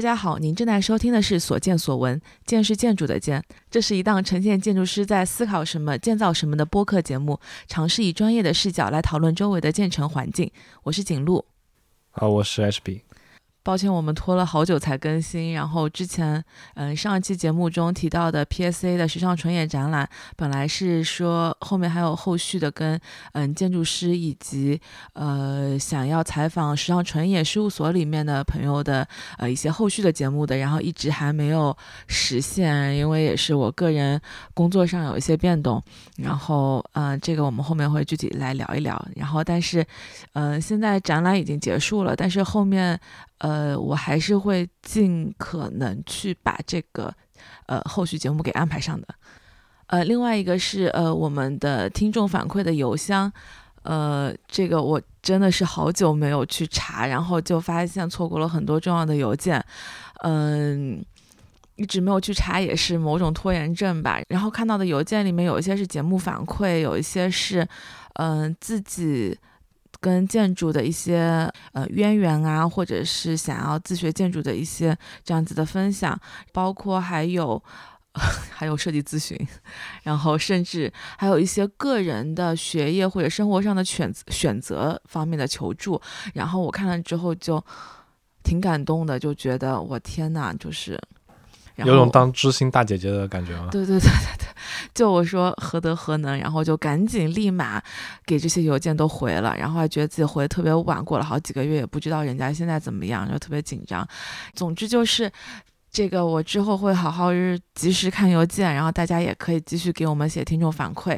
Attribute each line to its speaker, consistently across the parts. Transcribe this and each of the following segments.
Speaker 1: 家好，您正在收听的是《所见所闻》，见是建筑的见，这是一档呈现建筑师在思考什么、建造什么的播客节目，尝试以专业的视角来讨论周围的建成环境。我是景路，
Speaker 2: 啊，我是 HB。
Speaker 1: 抱歉，我们拖了好久才更新。然后之前，嗯，上一期节目中提到的 PSA 的时尚纯野展览，本来是说后面还有后续的跟嗯建筑师以及呃想要采访时尚纯野事务所里面的朋友的呃一些后续的节目的，然后一直还没有实现，因为也是我个人工作上有一些变动。然后嗯、呃这个我们后面会具体来聊一聊。然后但是，嗯、现在展览已经结束了，但是后面。呃，我还是会尽可能去把这个呃后续节目给安排上的。呃，另外一个是呃我们的听众反馈的邮箱，呃，这个我真的是好久没有去查，然后就发现错过了很多重要的邮件，嗯、一直没有去查也是某种拖延症吧。然后看到的邮件里面有一些是节目反馈，有一些是嗯、呃自己跟建筑的一些呃渊源啊，或者是想要自学建筑的一些这样子的分享，包括还有。 还有设计咨询，然后甚至还有一些个人的学业或者生活上的选择选择方面的求助。然后我看了之后就挺感动的，就觉得我天呐，就是然
Speaker 2: 有种
Speaker 1: 后
Speaker 2: 当知心大姐姐的感觉吗？
Speaker 1: 对对对对对，就我说何德何能，然后就赶紧立马给这些邮件都回了，然后还觉得自己回得特别晚，过了好几个月也不知道人家现在怎么样，就特别紧张。总之就是。这个我之后会好好日及时看邮件，然后大家也可以继续给我们写听众反馈。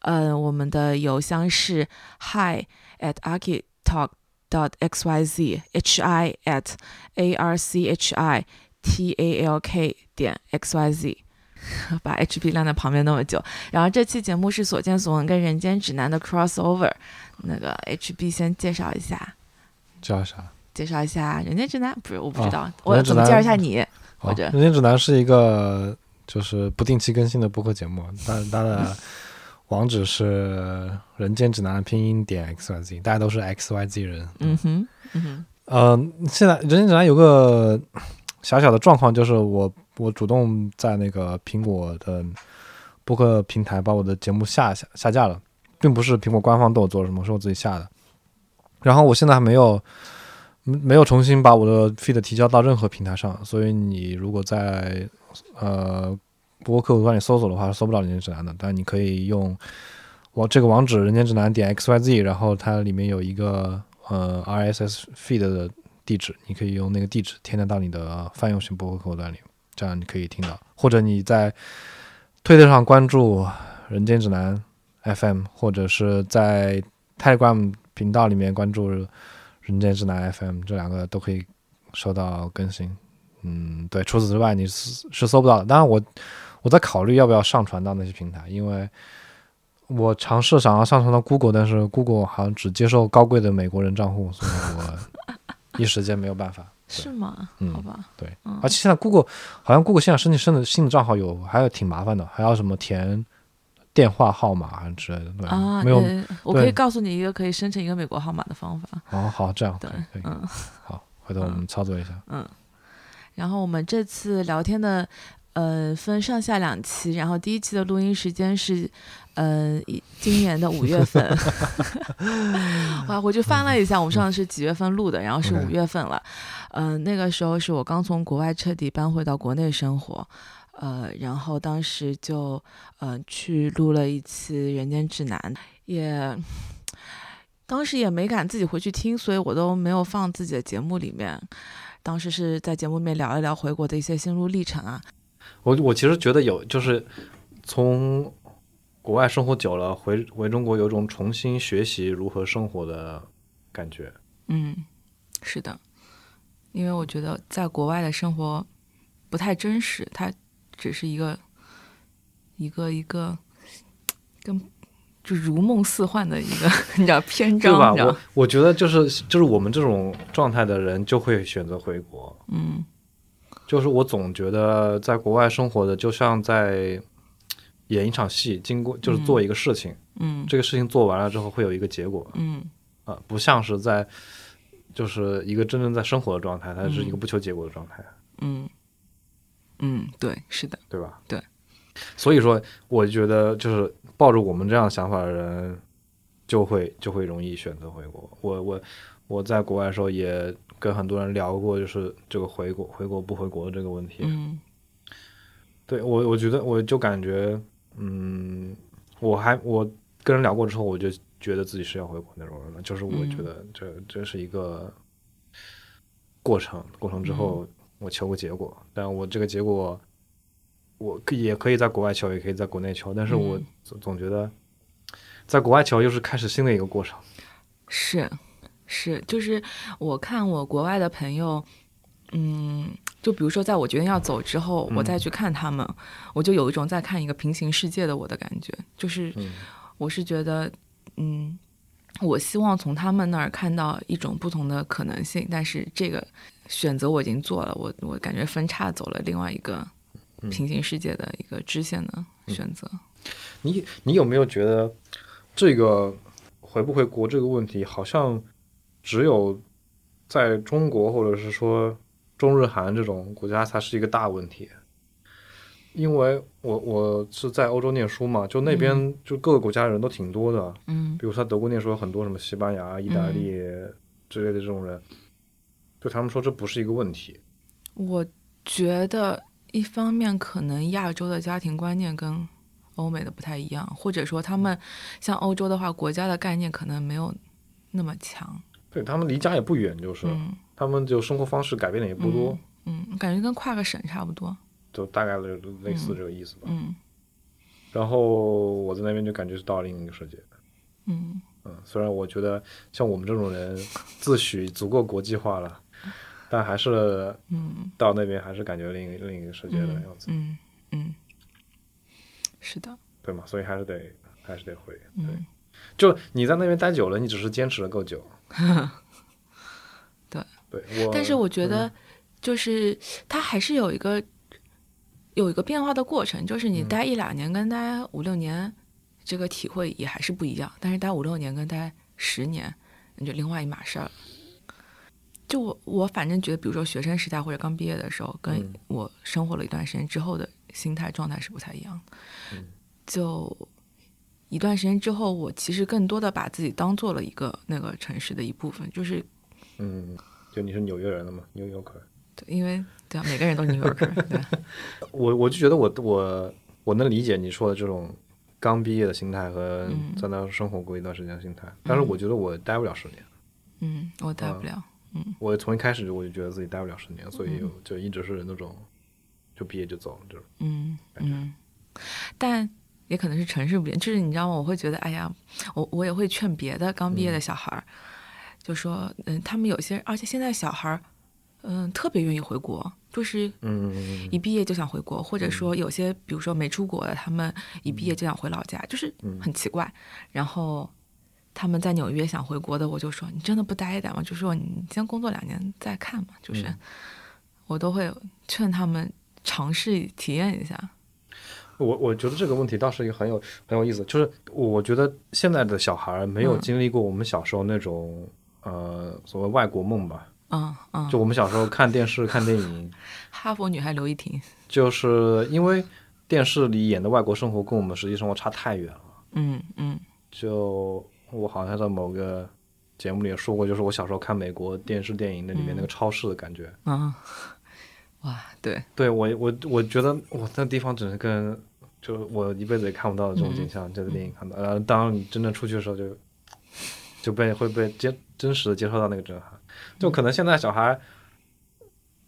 Speaker 1: 嗯、我们的邮箱是 hi at architalk dot xyz h i at a r c h i t a l k 点 x y z。把 HP 晾在旁边那么久。然后这期节目是《所见所闻》跟《人间指南》的 crossover，那个 HB 先介绍一下，
Speaker 2: 叫啥？
Speaker 1: 介绍一下《人间指南》，不是我不知道，我
Speaker 2: 哦人间指
Speaker 1: 怎么
Speaker 2: 南
Speaker 1: 介绍一下你？
Speaker 2: 哦
Speaker 1: 或
Speaker 2: 《
Speaker 1: 者
Speaker 2: 人间指南》是一个就是不定期更新的播客节目，它它的网址是《人间指南》的拼音点 x y z，大家都是 x y z 人。
Speaker 1: 嗯哼，嗯哼，
Speaker 2: 嗯、现在《人间指南》有个小小的状况，就是我我主动在那个苹果的播客平台把我的节目下下下架了，并不是苹果官方对我做了什么，是我自己下的。然后我现在还没有嗯没有重新把我的 feed 提交到任何平台上，所以你如果在呃播客客户端里搜索的话，是搜不到《人间指南》的，但你可以用我这个网址“人间指南”点 x y z，然后它里面有一个呃 RSS feed 的地址，你可以用那个地址添加到你的泛用型播客客户端里，这样你可以听到。或者你在推特上关注“人间指南 FM”，或者是在 Telegram 频道里面关注“人间指南 FM”，这两个都可以收到更新。嗯，对，除此之外你是是搜不到的。当然我我在考虑要不要上传到那些平台，因为。我尝试想要上传到 Google，但是 Google 好像只接受高贵的美国人账户，所以我一时间没有办法。
Speaker 1: 是吗？
Speaker 2: 嗯
Speaker 1: 好吧，
Speaker 2: 对
Speaker 1: 嗯
Speaker 2: 而且现在 Google 好像 Google 现在申请新的新的账号有还有挺麻烦的，还要什么填电话号码之类的，对，
Speaker 1: 啊，
Speaker 2: 没有。
Speaker 1: 呃我可以
Speaker 2: 对
Speaker 1: 告诉你一个可以生成一个美国号码的方法。
Speaker 2: 哦，好，这样可
Speaker 1: 对
Speaker 2: 以可以，
Speaker 1: 嗯
Speaker 2: 好，回头我们操作一下。
Speaker 1: 然后我们这次聊天的，呃，分上下两期。然后第一期的录音时间是，呃，一今年的五月份。 我还回去翻了一下，我们上次是几月份录的，然后是
Speaker 2: OK
Speaker 1: 五月份了。嗯、那个时候是我刚从国外彻底搬回到国内生活。呃，然后当时就呃去录了一期《人间指南》，也当时也没敢自己回去听，所以我都没有放自己的节目里面。当时是在节目里面聊一聊回国的一些心路历程啊。
Speaker 2: 我我其实觉得有，就是从国外生活久了，回回中国有种重新学习如何生活的感觉。
Speaker 1: 嗯，是的，因为我觉得在国外的生活不太真实，它只是一个一个一个跟就如梦似幻的一个 你知道篇
Speaker 2: 对吧？
Speaker 1: 章，你知道
Speaker 2: 我我觉得就是就是我们这种状态的人就会选择回国。
Speaker 1: 嗯
Speaker 2: 就是我总觉得在国外生活的就像在演一场戏，经过就是做一个事情，
Speaker 1: 嗯
Speaker 2: 这个事情做完了之后会有一个结果
Speaker 1: 嗯
Speaker 2: 啊、不像是在就是一个真正在生活的状态，它是一个不求结果的状态。
Speaker 1: 嗯嗯，对，是的，
Speaker 2: 对吧？
Speaker 1: 对。
Speaker 2: 所以说，我觉得就是抱着我们这样想法的人，就会就会容易选择回国。我我我在国外的时候也跟很多人聊过，就是这个回国回国不回国的这个问题。
Speaker 1: 嗯
Speaker 2: 对我，我觉得我就感觉，嗯，我还我跟人聊过之后，我就觉得自己是要回国那种人了。就是我觉
Speaker 1: 嗯
Speaker 2: 得这、这是一个过程，过程之
Speaker 1: 嗯
Speaker 2: 后我求个结果，但我这个结果我可以也可以在国外求，也可以在国内求，但是我
Speaker 1: 嗯
Speaker 2: 总总觉得在国外求又是开始新的一个过程。
Speaker 1: 是是，就是我看我国外的朋友，嗯，就比如说在我决定要走之后，我
Speaker 2: 嗯
Speaker 1: 再去看他们，我就有一种在看一个平行世界的我的感觉，就是
Speaker 2: 嗯
Speaker 1: 我是觉得，嗯，我希望从他们那儿看到一种不同的可能性，但是这个选择我已经做了，我我感觉分叉走了另外一个
Speaker 2: 嗯
Speaker 1: 平行世界的一个支线的选择。
Speaker 2: 你你有没有觉得这个回不回国这个问题，好像只有在中国或者是说中日韩这种国家才是一个大问题？因为我我是在欧洲念书嘛，就那边就各个国家人都挺多的，
Speaker 1: 嗯
Speaker 2: 比如说在德国念书有很多什么西班牙、意大利之类的这种人，对他们说这不是一个问题。
Speaker 1: 我觉得一方面可能亚洲的家庭观念跟欧美的不太一样，或者说他们像欧洲的话，国家的概念可能没有那么强。
Speaker 2: 对他们离家也不远，就是、
Speaker 1: 嗯
Speaker 2: 他们就生活方式改变的也不多，
Speaker 1: 嗯，感觉跟跨个省差不多。
Speaker 2: 就大概类类似这个意思吧。
Speaker 1: 嗯
Speaker 2: 然后我在那边就感觉是到了另一个世界。
Speaker 1: 嗯，
Speaker 2: 嗯，虽然我觉得像我们这种人自诩足够国际化了，但还是
Speaker 1: 嗯
Speaker 2: 到那边还是感觉另一另一个世界的样子，
Speaker 1: 嗯嗯，是的，
Speaker 2: 对吗？所以还是得还是得回。对，
Speaker 1: 嗯
Speaker 2: 就你在那边待久了，你只是坚持的够久。
Speaker 1: 对，
Speaker 2: 对我，
Speaker 1: 但是我觉得，就是它还是有一个有一个变化的过程，就是你待一两年跟待五六年，这个体会也还是不一样。但是待五六年跟待十年，你就另外一码事儿了。就我我反正觉得，比如说学生时代或者刚毕业的时候，跟
Speaker 2: 嗯
Speaker 1: 我生活了一段时间之后的心态状态是不太一样的。就一段时间之后，我其实更多的把自己当做了一个那个城市的一部分，就是
Speaker 2: 嗯，就你是纽约人了嘛，New Yorker。
Speaker 1: 对因为对啊，每个人都是 New Yorker，对啊，
Speaker 2: 我我就觉得我我我能理解你说的这种刚毕业的心态和
Speaker 1: 嗯
Speaker 2: 在那生活过一段时间的心态，但是我觉得我待不了十年，
Speaker 1: 嗯，我待不了，
Speaker 2: 我从一开始我就觉得自己待不了十年，所以我就一直是那种就毕业就走这种。
Speaker 1: 嗯嗯，但也可能是城市不一样，就是你知道吗？我会觉得，哎呀，我我也会劝别的刚毕业的小孩儿，就说，嗯，他们有些，而且现在小孩儿，嗯，特别愿意回国，就是
Speaker 2: 嗯嗯
Speaker 1: 一毕业就想回国，或者说有些，比如说没出国的，他们一毕业就想回老家，就是很奇怪。然后他们在纽约想回国的，我就说你真的不待一待吗？就说你先工作两年再看嘛，就是我都会劝他们尝试体验一下。
Speaker 2: 我我觉得这个问题倒是一个很有很有意思，就是我我觉得现在的小孩儿没有
Speaker 1: 嗯
Speaker 2: 经历过我们小时候那种、呃所谓外国梦吧，
Speaker 1: 嗯嗯
Speaker 2: 就，我们小时候看电视看电影。
Speaker 1: 哈佛女孩刘亦婷，
Speaker 2: 就是因为电视里演的外国生活跟我们实际生活差太远了。
Speaker 1: 嗯嗯
Speaker 2: 就我好像在某个节目里也说过，就是我小时候看美国电视电影那里面那个超市的感觉。
Speaker 1: 嗯，哇，对，
Speaker 2: 对我，我我觉得我那地方只是跟就是我一辈子也看不到的这种
Speaker 1: 嗯
Speaker 2: 景象，就在电影看到。呃，当你真正出去的时候就，就被会被接真实的接受到那个震撼。就可能现在小孩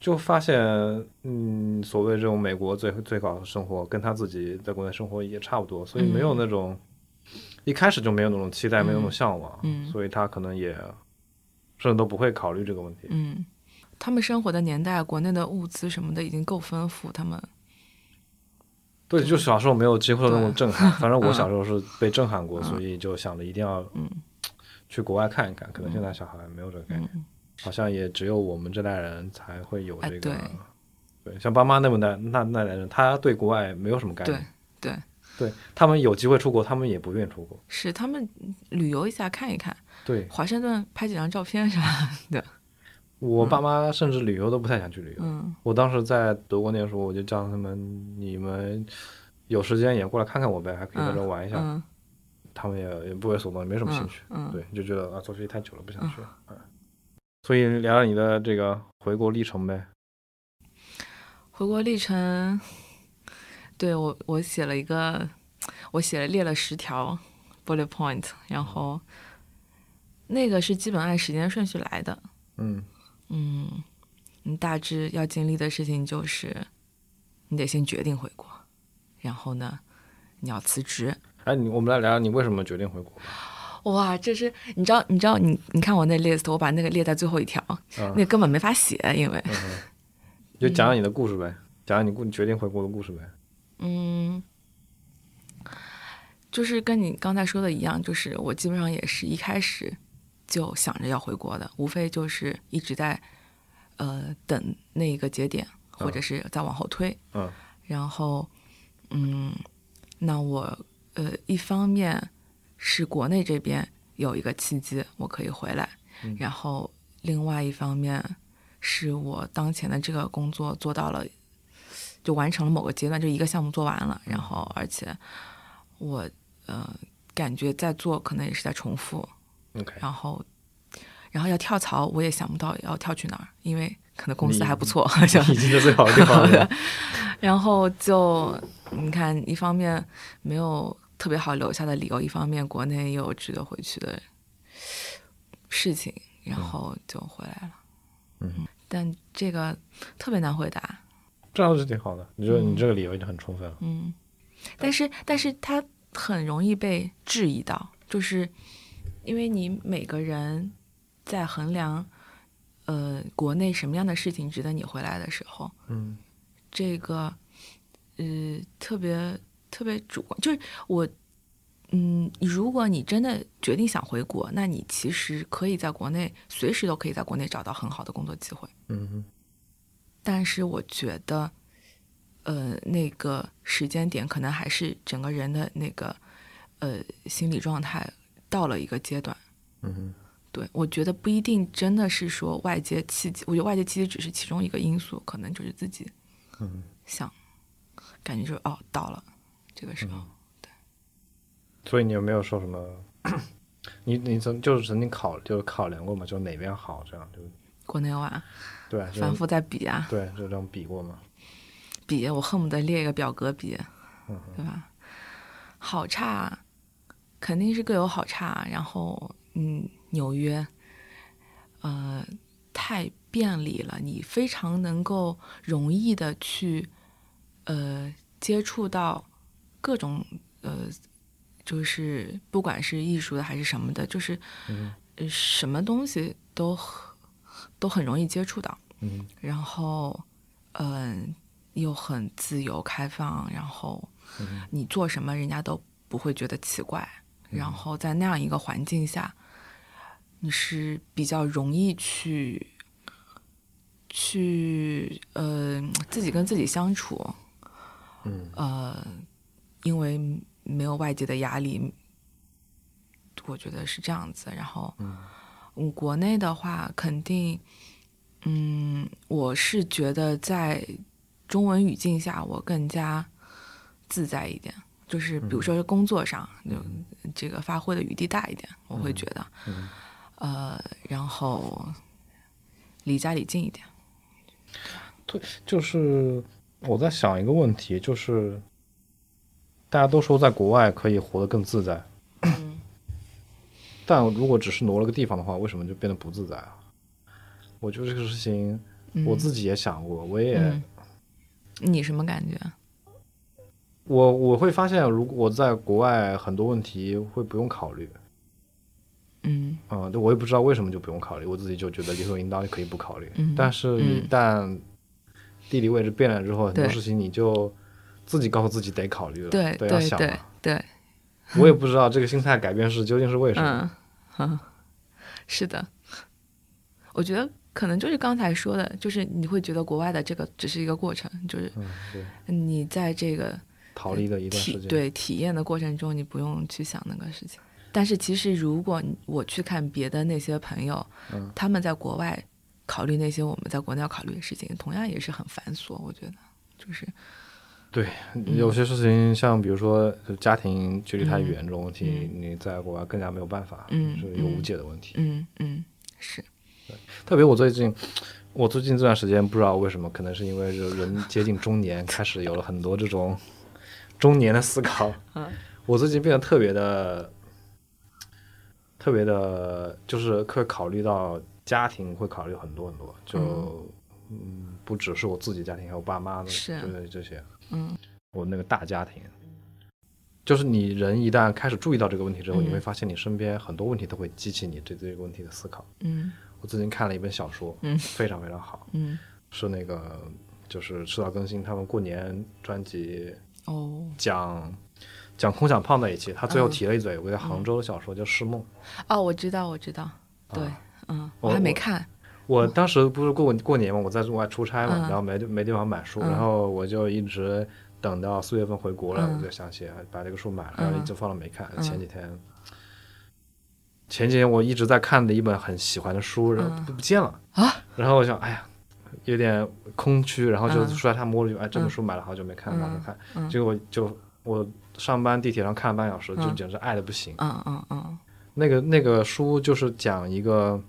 Speaker 2: 就发现，嗯，所谓这种美国最最高的生活，跟他自己在国内生活也差不多，所以没有那种、一开始就没有那种期待，没有那种向往，
Speaker 1: 嗯嗯
Speaker 2: 所以他可能也甚至都不会考虑这个问题。
Speaker 1: 嗯，他们生活的年代，国内的物资什么的已经够丰富，他们
Speaker 2: 对，就小时候没有接触到那种
Speaker 1: 对
Speaker 2: 震撼，反正我小时候是被震撼过，所以就想着一定要
Speaker 1: 嗯
Speaker 2: 去国外看一看。可能现在小孩没有这个概念，好像也只有我们这代人才会有
Speaker 1: 哎
Speaker 2: 这个
Speaker 1: 对。
Speaker 2: 对，像爸妈那么代那那代人，他对国外没有什么概
Speaker 1: 对
Speaker 2: 念。
Speaker 1: 对。
Speaker 2: 对他们有机会出国，他们也不愿意出国。
Speaker 1: 是他们旅游一下看一看，
Speaker 2: 对，
Speaker 1: 华盛顿拍几张照片是吧？对，
Speaker 2: 我爸妈甚至旅游都不太想去旅游。
Speaker 1: 嗯
Speaker 2: 我当时在德国念书，我就叫他们，你们有时间也过来看看我呗，还可以在这玩一下。
Speaker 1: 嗯
Speaker 2: 他们也也不为所动，没什么兴趣。
Speaker 1: 嗯，
Speaker 2: 对，就觉得啊，做学习太久了，不想去。嗯，所以聊聊你的这个回国历程呗。
Speaker 1: 回国历程，对我我写了一个，我写了列了十条 bullet point，然后那个是基本按时间顺序来的。
Speaker 2: 嗯
Speaker 1: 嗯，你大致要经历的事情就是，你得先决定回国，然后呢，你要辞职。
Speaker 2: 哎，你我们来聊聊你为什么决定回国吧。
Speaker 1: 哇，这是你知道，你知道，你你看我那 list，我把那个列在最后一条，
Speaker 2: 嗯
Speaker 1: 那根本没法写，因为
Speaker 2: 嗯哼，就讲讲你的故事呗，讲讲你故你决定回国的故事呗。
Speaker 1: 嗯，就是跟你刚才说的一样，就是我基本上也是一开始就想着要回国的，无非就是一直在呃等那一个节点，或者是再往后推。
Speaker 2: 嗯
Speaker 1: 然后，嗯，那我呃一方面是国内这边有一个契机，我可以回来，
Speaker 2: 嗯
Speaker 1: 然后另外一方面是我当前的这个工作做到了，就完成了某个阶段，就一个项目做完了，
Speaker 2: 嗯
Speaker 1: 然后而且我呃感觉在做可能也是在重复，
Speaker 2: ，OK。
Speaker 1: 然后。然后要跳槽，我也想不到要跳去哪儿，因为可能公司
Speaker 2: 你
Speaker 1: 还不 错，想
Speaker 2: 已经是最好的地方了。
Speaker 1: 然后就你看，一方面没有特别好留下的理由，一方面国内也有值得回去的事情，然后就回来了。
Speaker 2: 嗯，
Speaker 1: 但这个特别难回答。
Speaker 2: 这样是挺好的。你觉得你这个理由已经很充分了。
Speaker 1: 嗯，但是但是它很容易被质疑到，就是因为你每个人在衡量呃国内什么样的事情值得你回来的时候，
Speaker 2: 嗯
Speaker 1: 这个，呃，特别特别主观，就是我，嗯，如果你真的决定想回国，那你其实可以在国内随时都可以在国内找到很好的工作机会。
Speaker 2: 嗯哼
Speaker 1: 但是我觉得，呃，那个时间点可能还是整个人的那个，呃，心理状态到了一个阶段。
Speaker 2: 嗯哼
Speaker 1: 对，我觉得不一定真的是说外界契机，我觉得外界契机只是其中一个因素，可能就是自己
Speaker 2: 嗯，
Speaker 1: 想，感觉就是哦，到了这个时候，
Speaker 2: 嗯所以你有没有说什么？ 你你曾就是曾经考就是考量过嘛，就是哪边好这样就
Speaker 1: 国内外
Speaker 2: 对啊，就
Speaker 1: 反
Speaker 2: 是
Speaker 1: 复在比啊
Speaker 2: 对就这样比过嘛。
Speaker 1: 比，我恨不得列一个表格比，
Speaker 2: 嗯
Speaker 1: 对吧？好差肯定是各有好差，然后嗯，纽约，呃，太便利了，你非常能够容易的去呃接触到各种呃，就是不管是艺术的还是什么的，就是、
Speaker 2: 嗯
Speaker 1: 呃什么东西都很都很容易接触到。
Speaker 2: 嗯
Speaker 1: 然后，嗯，又很自由开放，然后
Speaker 2: 嗯
Speaker 1: 你做什么人家都不会觉得奇怪。然后在那样一个环境下，你是比较容易去去呃自己跟自己相处，
Speaker 2: 嗯
Speaker 1: 呃，因为没有外界的压力，我觉得是这样子。然后，嗯，国内的话，肯定，嗯，我是觉得在中文语境下，我更加自在一点。就是
Speaker 2: 嗯
Speaker 1: 比如说工作上，就这个发挥的余地大一点，我会觉得，
Speaker 2: 嗯
Speaker 1: 呃，然后离家里近一点。
Speaker 2: 就是我在想一个问题，就是大家都说在国外可以活得更自在，但如果只是挪了个地方的话，为什么就变得不自在啊？我觉得这个事情
Speaker 1: 嗯
Speaker 2: 我自己也想过，我也、
Speaker 1: 嗯你什么感觉？
Speaker 2: 我我会发现，如果我在国外，很多问题会不用考虑
Speaker 1: 嗯
Speaker 2: 啊、嗯，就我也不知道为什么就不用考虑，我自己就觉得理所应当就可以不考虑。
Speaker 1: 嗯
Speaker 2: 但是一旦地理位置变了之后，很多
Speaker 1: 对
Speaker 2: 事情你就自己告诉自己得考虑了，
Speaker 1: 对对
Speaker 2: 对，要想嘛。啊
Speaker 1: 对对，
Speaker 2: 我也不知道这个心态改变是究竟是为什么。
Speaker 1: 嗯，嗯，是的，我觉得可能就是刚才说的，就是你会觉得国外的这个只是一个过程，就是
Speaker 2: 嗯，对，
Speaker 1: 你在这个
Speaker 2: 逃离了一段时
Speaker 1: 体
Speaker 2: 间。，
Speaker 1: 对体验的过程中，你不用去想那个事情。但是其实，如果你我去看别的那些朋友，
Speaker 2: 嗯
Speaker 1: 他们在国外考虑那些我们在国内要考虑的事情，同样也是很繁琐。我觉得就是
Speaker 2: 对，嗯有些事情像比如说就家庭距离太远这种问题，你在国外更加没有办法，
Speaker 1: 嗯
Speaker 2: 是有无解的问题。
Speaker 1: 嗯嗯是
Speaker 2: 特别我最近，我最近这段时间不知道为什么，可能是因为就人接近中年，开始有了很多这种中年的思考。
Speaker 1: 嗯
Speaker 2: 我最近变得特别的，特别的，就是会考虑到家庭，会考虑很多很多，就嗯不只是我自己家庭，还有爸妈的，
Speaker 1: 是
Speaker 2: 对这些，
Speaker 1: 嗯
Speaker 2: 我那个大家庭。就是你人一旦开始注意到这个问题之后，你
Speaker 1: 嗯
Speaker 2: 会发现你身边很多问题都会激起你对这个问题的思考。
Speaker 1: 嗯
Speaker 2: 我最近看了一本小说，
Speaker 1: 嗯
Speaker 2: 非常非常好，
Speaker 1: 嗯
Speaker 2: 是那个就是赤道更新他们过年专辑
Speaker 1: 哦
Speaker 2: 讲讲空想胖那一期，他最后
Speaker 1: 嗯
Speaker 2: 提了一嘴，有个叫杭州的小说叫《诗梦》，
Speaker 1: 哦，我知道我知道，对，嗯，
Speaker 2: 啊我
Speaker 1: 我还没
Speaker 2: 我
Speaker 1: 看，
Speaker 2: 我当时不是过过年嘛，我在国外出差嘛，
Speaker 1: 嗯
Speaker 2: 然后没地没地方买书，
Speaker 1: 嗯
Speaker 2: 然后我就一直等到四月份回国了，
Speaker 1: 嗯
Speaker 2: 我就想起哎把这个书买了，
Speaker 1: 嗯
Speaker 2: 然后一直放着没看。
Speaker 1: 嗯
Speaker 2: 前几天，前几天我一直在看的一本很喜欢的书，然后
Speaker 1: 嗯
Speaker 2: 不不见了
Speaker 1: 啊，
Speaker 2: 然后我想，哎呀。有点空虚，然后就
Speaker 1: 嗯
Speaker 2: 出来他摸了一句，哎，这本书买了好久没看，拿着看，
Speaker 1: 嗯
Speaker 2: 结果就我上班地铁上看了半小时，就
Speaker 1: 嗯
Speaker 2: 简直爱的不行。
Speaker 1: 嗯嗯嗯
Speaker 2: 那个那个书就是讲一个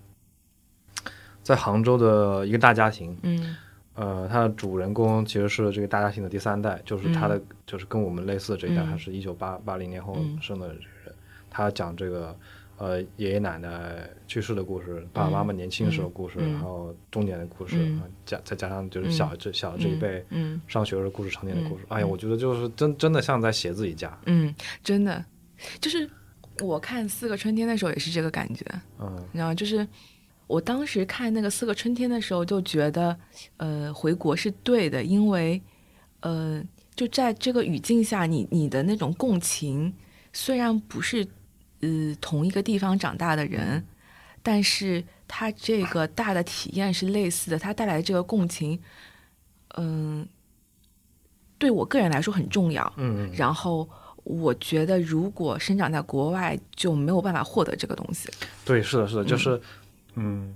Speaker 2: 在杭州的一个大家庭，
Speaker 1: 嗯
Speaker 2: 呃，它的主人公其实是这个大家庭的第三代，就是他的、就是跟我们类似的这一代，
Speaker 1: 嗯
Speaker 2: 他是一九八八零年后
Speaker 1: 嗯
Speaker 2: 生的人，他讲这个呃爷爷奶奶去世的故事，爸爸妈妈年轻时候的故事，
Speaker 1: 嗯嗯
Speaker 2: 然后中年的故事，
Speaker 1: 嗯
Speaker 2: 然后加再加上就是小这、小这一辈。
Speaker 1: 嗯
Speaker 2: 上学时候故事，成年的故事，
Speaker 1: 嗯
Speaker 2: 哎呀，
Speaker 1: 嗯
Speaker 2: 我觉得就是真真的像在写自己家，
Speaker 1: 嗯，真的就是我看《四个春天》的时候也是这个感觉，
Speaker 2: 嗯
Speaker 1: 然后就是我当时看那个《四个春天》的时候，就觉得，呃，回国是对的，因为，呃，就在这个语境下，你你的那种共情，虽然不是，呃，同一个地方长大的人，但是他这个大的体验是类似的，他带来的这个共情，嗯、对我个人来说很重要。
Speaker 2: 嗯，
Speaker 1: 然后我觉得，如果生长在国外，就没有办法获得这个东西。
Speaker 2: 对，是的，是的，就是，嗯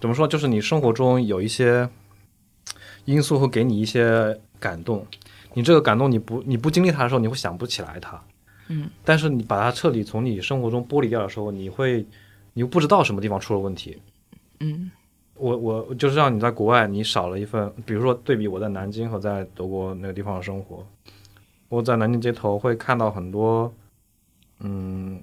Speaker 2: 怎么说？就是你生活中有一些因素会给你一些感动，你这个感动你不你不经历它的时候，你会想不起来它，
Speaker 1: 嗯，
Speaker 2: 但是你把它彻底从你生活中剥离掉的时候，你会你又不知道什么地方出了问题。
Speaker 1: 嗯。
Speaker 2: 我我就是让你在国外，你少了一份，比如说对比我在南京和在德国那个地方的生活，我在南京街头会看到很多，嗯，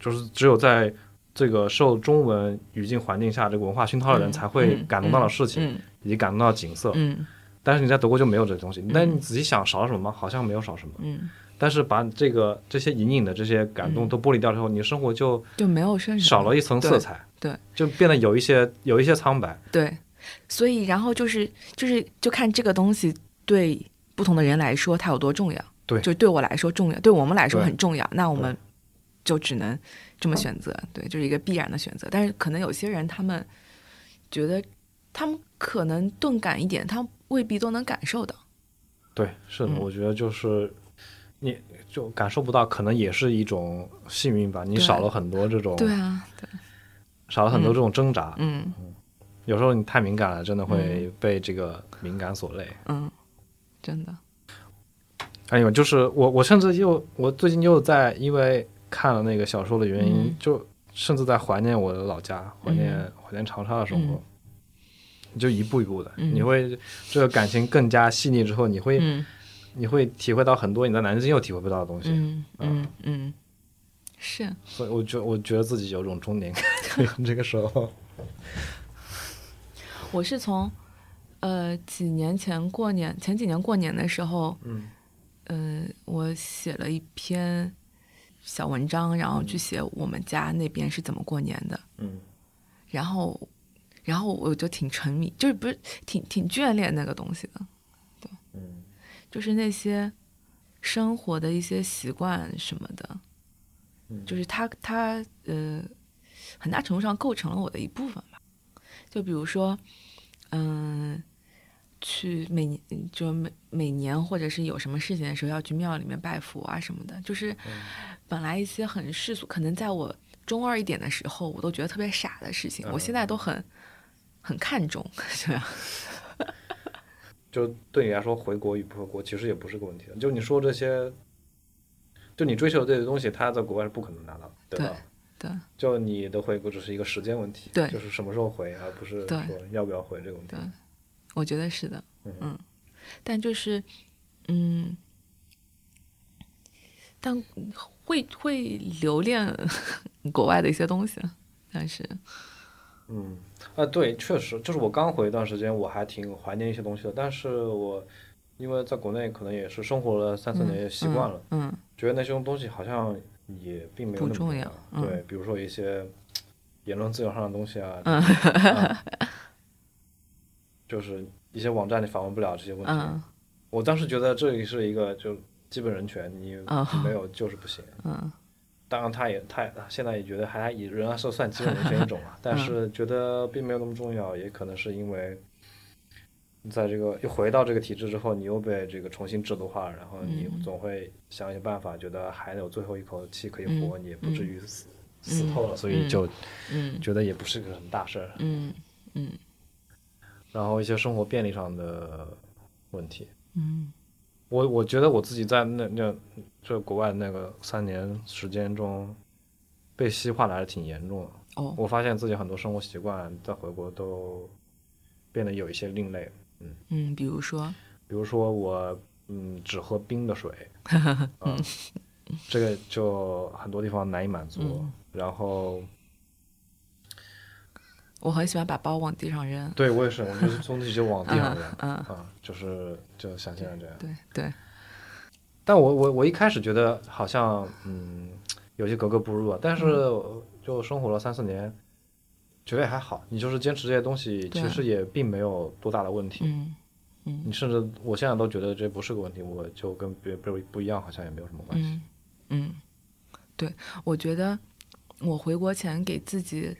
Speaker 2: 就是只有在这个受中文语境环境下这个文化熏陶的人
Speaker 1: 嗯
Speaker 2: 才会
Speaker 1: 嗯
Speaker 2: 感动到的事情，
Speaker 1: 嗯
Speaker 2: 以及感动到的景色。
Speaker 1: 嗯
Speaker 2: 但是你在德国就没有这些东西，但你仔细想少了什么吗？好像没有少什么。
Speaker 1: 嗯，
Speaker 2: 但是把这个这些隐隐的这些感动都剥离掉之后，你生活就
Speaker 1: 就没有剩
Speaker 2: 少了一层色彩，
Speaker 1: 嗯对对
Speaker 2: 就变得有一些有一些苍白。
Speaker 1: 对，所以然后就是就是就看这个东西对不同的人来说它有多重要，
Speaker 2: 对
Speaker 1: 就对我来说重要，对我们来说
Speaker 2: 对嗯
Speaker 1: 很重要，那我们就只能这么选择，对，就是一个必然的选择。但是可能有些人他们觉得他们可能钝感一点，他未必都能感受到，
Speaker 2: 对，是的，
Speaker 1: 嗯
Speaker 2: 我觉得就是你就感受不到，可能也是一种幸运吧。你
Speaker 1: 对
Speaker 2: 少了很多这种，
Speaker 1: 对啊，对，
Speaker 2: 少了很多这种挣扎。
Speaker 1: 嗯
Speaker 2: 有时候你太敏感了，真的会被这个敏感所累。
Speaker 1: 嗯，真的，
Speaker 2: 哎呦，就是我，我甚至又，我最近又在因为看了那个小说的原因，
Speaker 1: 嗯
Speaker 2: 就甚至在怀念我的老家，怀念、
Speaker 1: 嗯
Speaker 2: 怀念长沙的生活。就一步一步的，
Speaker 1: 嗯
Speaker 2: 你会这个感情更加细腻之后，你会、
Speaker 1: 嗯
Speaker 2: 你会体会到很多你在南京又体会不到的东西。
Speaker 1: 嗯嗯嗯，是。
Speaker 2: 所以我觉我觉得自己有种中年感， 对 这个时候，
Speaker 1: 我是从呃几年前过年，前几年过年的时候，
Speaker 2: 嗯
Speaker 1: 呃，我写了一篇小文章，然后去写我们家那边是怎么过年的，
Speaker 2: 嗯
Speaker 1: 然后，然后我就挺沉迷，就是不是挺挺眷恋那个东西的，
Speaker 2: 嗯，
Speaker 1: 就是那些生活的一些习惯什么的，
Speaker 2: 嗯
Speaker 1: 就是它它呃很大程度上构成了我的一部分吧。就比如说，嗯、去每年就每每年或者是有什么事情的时候要去庙里面拜佛啊什么的，就是本来一些很世俗，可能在我中二一点的时候我都觉得特别傻的事情，我现在都很很看重， 啊是吧？
Speaker 2: 就对你来说，回国与不回国其实也不是个问题的。就你说这些，就你追求的这些东西，他在国外是不可能拿到的，对吧？
Speaker 1: 对啊
Speaker 2: 就你的回国只是一个时间问题，
Speaker 1: 对
Speaker 2: 就是什么时候回，而不是
Speaker 1: 对
Speaker 2: 说要不要回这个问题
Speaker 1: 对。我觉得是的，
Speaker 2: 嗯
Speaker 1: 嗯，但就是，嗯，但会会留恋国外的一些东西，但是，
Speaker 2: 嗯，啊，对，确实，就是我刚回一段时间，我还挺怀念一些东西的，但是我因为在国内可能也是生活了三四年，也习惯了，
Speaker 1: 嗯，
Speaker 2: 觉得那些东西好像也并没有那
Speaker 1: 不
Speaker 2: 么
Speaker 1: 重
Speaker 2: 重
Speaker 1: 要嗯
Speaker 2: 对，比如说一些言论自由上的东西啊，
Speaker 1: 嗯
Speaker 2: 啊 就是一些网站你访问不了这些问
Speaker 1: 嗯
Speaker 2: 题。
Speaker 1: 嗯
Speaker 2: 我当时觉得这里是一个就基本人权，你
Speaker 1: 嗯
Speaker 2: 没有就是不行。
Speaker 1: 嗯
Speaker 2: 当然，他也他现在也觉得还也仍然是算基本人权一种 啊，
Speaker 1: 嗯
Speaker 2: 但是觉得并没有那么重要，也可能是因为，在这个又回到这个体制之后，你又被这个重新制度化，然后你
Speaker 1: 嗯
Speaker 2: 总会想一些办法，觉得还有最后一口气可以活，
Speaker 1: 嗯
Speaker 2: 你也不至于死、死透了，所以
Speaker 1: 嗯
Speaker 2: 就
Speaker 1: 嗯
Speaker 2: 觉得也不是个什么大事儿。
Speaker 1: 嗯嗯
Speaker 2: 然后一些生活便利上的问题，
Speaker 1: 嗯
Speaker 2: 我我觉得我自己在那那这国外那个三年时间中，被西化来的挺严重的。
Speaker 1: 哦，
Speaker 2: 我发现自己很多生活习惯在回国都变得有一些另类，
Speaker 1: 嗯，比如说，
Speaker 2: 比如说我嗯只喝冰 的水，嗯，这个就很多地方难以满足。
Speaker 1: 嗯
Speaker 2: 然后
Speaker 1: 我很喜欢把包往地上扔，
Speaker 2: 对我也是，我就是从自己就往 地上扔
Speaker 1: 嗯嗯
Speaker 2: 啊，就是就像现在这样。
Speaker 1: 对对，
Speaker 2: 但我我我一开始觉得好像嗯有些格格不入啊，但是
Speaker 1: 嗯
Speaker 2: 就生活了三四年，觉得也还好。你就是坚持这些东西，
Speaker 1: 对啊
Speaker 2: 其实也并没有多大的问题。
Speaker 1: 嗯
Speaker 2: 你甚至我现在都觉得这不是个问题，我就跟别别人不一样，好像也没有什么关系。
Speaker 1: 嗯嗯，对，我觉得我回国前给自己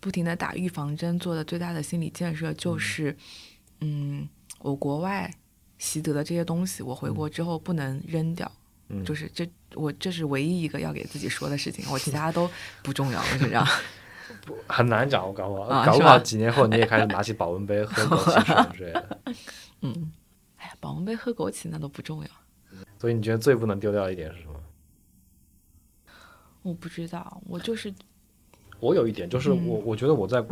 Speaker 1: 不停的打预防针做的最大的心理建设就是，嗯我国外习得的这些东西，我回国之后不能扔掉，
Speaker 2: 嗯，
Speaker 1: 就是是这我这是唯一一个要给自己说的事情， 我其他都不重要，你知 道。
Speaker 2: 很难讲，我搞不好、
Speaker 1: 啊
Speaker 2: 搞
Speaker 1: 是
Speaker 2: 不
Speaker 1: 吧
Speaker 2: 好几年后你也开始拿起保温杯喝枸杞水之 类的。
Speaker 1: 嗯，哎呀，保温杯喝枸杞那都不重要，
Speaker 2: 所以你觉得最不能丢掉的一点是什么？
Speaker 1: 我不知道，我就是
Speaker 2: 我有一点就是我、
Speaker 1: 嗯
Speaker 2: 我觉得我在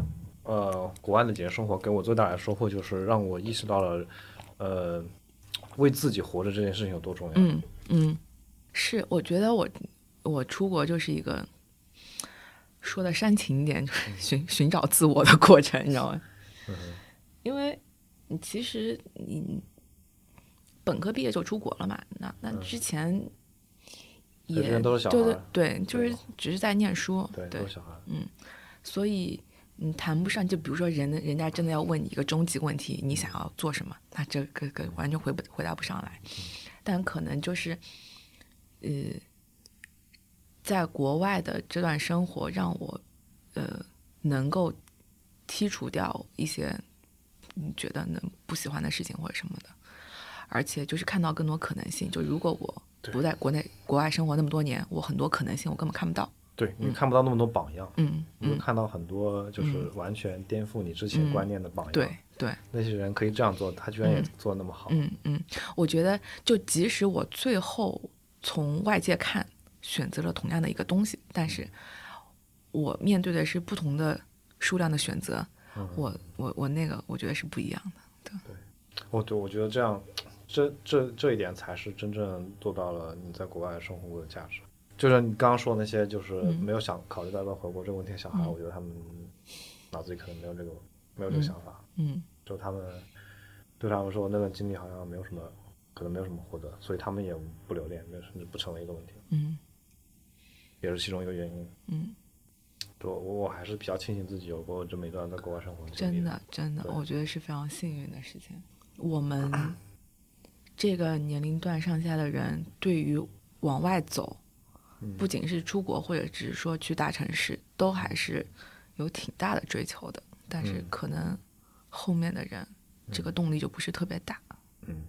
Speaker 2: 呃国外的几年生活给我最大的收获就是让我意识到了呃为自己活着这件事情有多重要。
Speaker 1: 嗯，嗯，是，我觉得我我出国就是一个说的煽情一点，就是寻寻找自我的过程，你知道吗？
Speaker 2: 嗯
Speaker 1: 因为你其实你本科毕业就出国了嘛，那那之前
Speaker 2: 对嗯
Speaker 1: 也
Speaker 2: 之前都是小
Speaker 1: 对
Speaker 2: 孩
Speaker 1: 对
Speaker 2: 儿
Speaker 1: 对，就
Speaker 2: 对
Speaker 1: 是只是在念书，
Speaker 2: 对，都是小孩。
Speaker 1: 嗯所以你谈不上，就比如说人人家真的要问你一个终极问题，你想要做什么，那这个个完全回不回答不上来。但可能就是，呃，在国外的这段生活让我，呃，能够剔除掉一些你觉得能不喜欢的事情或者什么的，而且就是看到更多可能性。就如果我不在国内国外生活那么多年，我很多可能性我根本看不到。
Speaker 2: 对你看不到那么多榜样，
Speaker 1: 嗯
Speaker 2: 你会
Speaker 1: 嗯，
Speaker 2: 看到很多就是完全颠覆你之前观念的榜样。
Speaker 1: 嗯对对。
Speaker 2: 那些人可以这样做，他居然也
Speaker 1: 嗯
Speaker 2: 做那么好。
Speaker 1: 嗯嗯，我觉得就即使我最后从外界看选择了同样的一个东西，但是我面对的是不同的数量的选择，
Speaker 2: 嗯
Speaker 1: 我我我那个我觉得是不一样的。
Speaker 2: 我哦对我觉得这样，这这这一点才是真正做到了你在国外生活的价值。就是你刚刚说那些，就是
Speaker 1: 嗯
Speaker 2: 没有想考虑到要不要回国这个问题的小孩，我觉得他们脑子里可能没有这个没有这个想法，
Speaker 1: 嗯
Speaker 2: 就他们对他们说那段经历好像没有什么，可能没有什么获得，所以他们也不留恋，没有甚至不成为一个问题，
Speaker 1: 嗯
Speaker 2: 也是其中一个原因。
Speaker 1: 嗯，
Speaker 2: 就我我还是比较庆幸自己有过这么一段在国外生活的经历
Speaker 1: 真的真的，
Speaker 2: 对
Speaker 1: 我觉得是非常幸运的事情。我们 这个年龄段上下的人，对于往外走，
Speaker 2: 嗯
Speaker 1: 不仅是出国，或者只是说去大城市，都还是有挺大的追求的。但是
Speaker 2: 嗯
Speaker 1: 可能后面的人，这个动力就不是特别大。
Speaker 2: 嗯，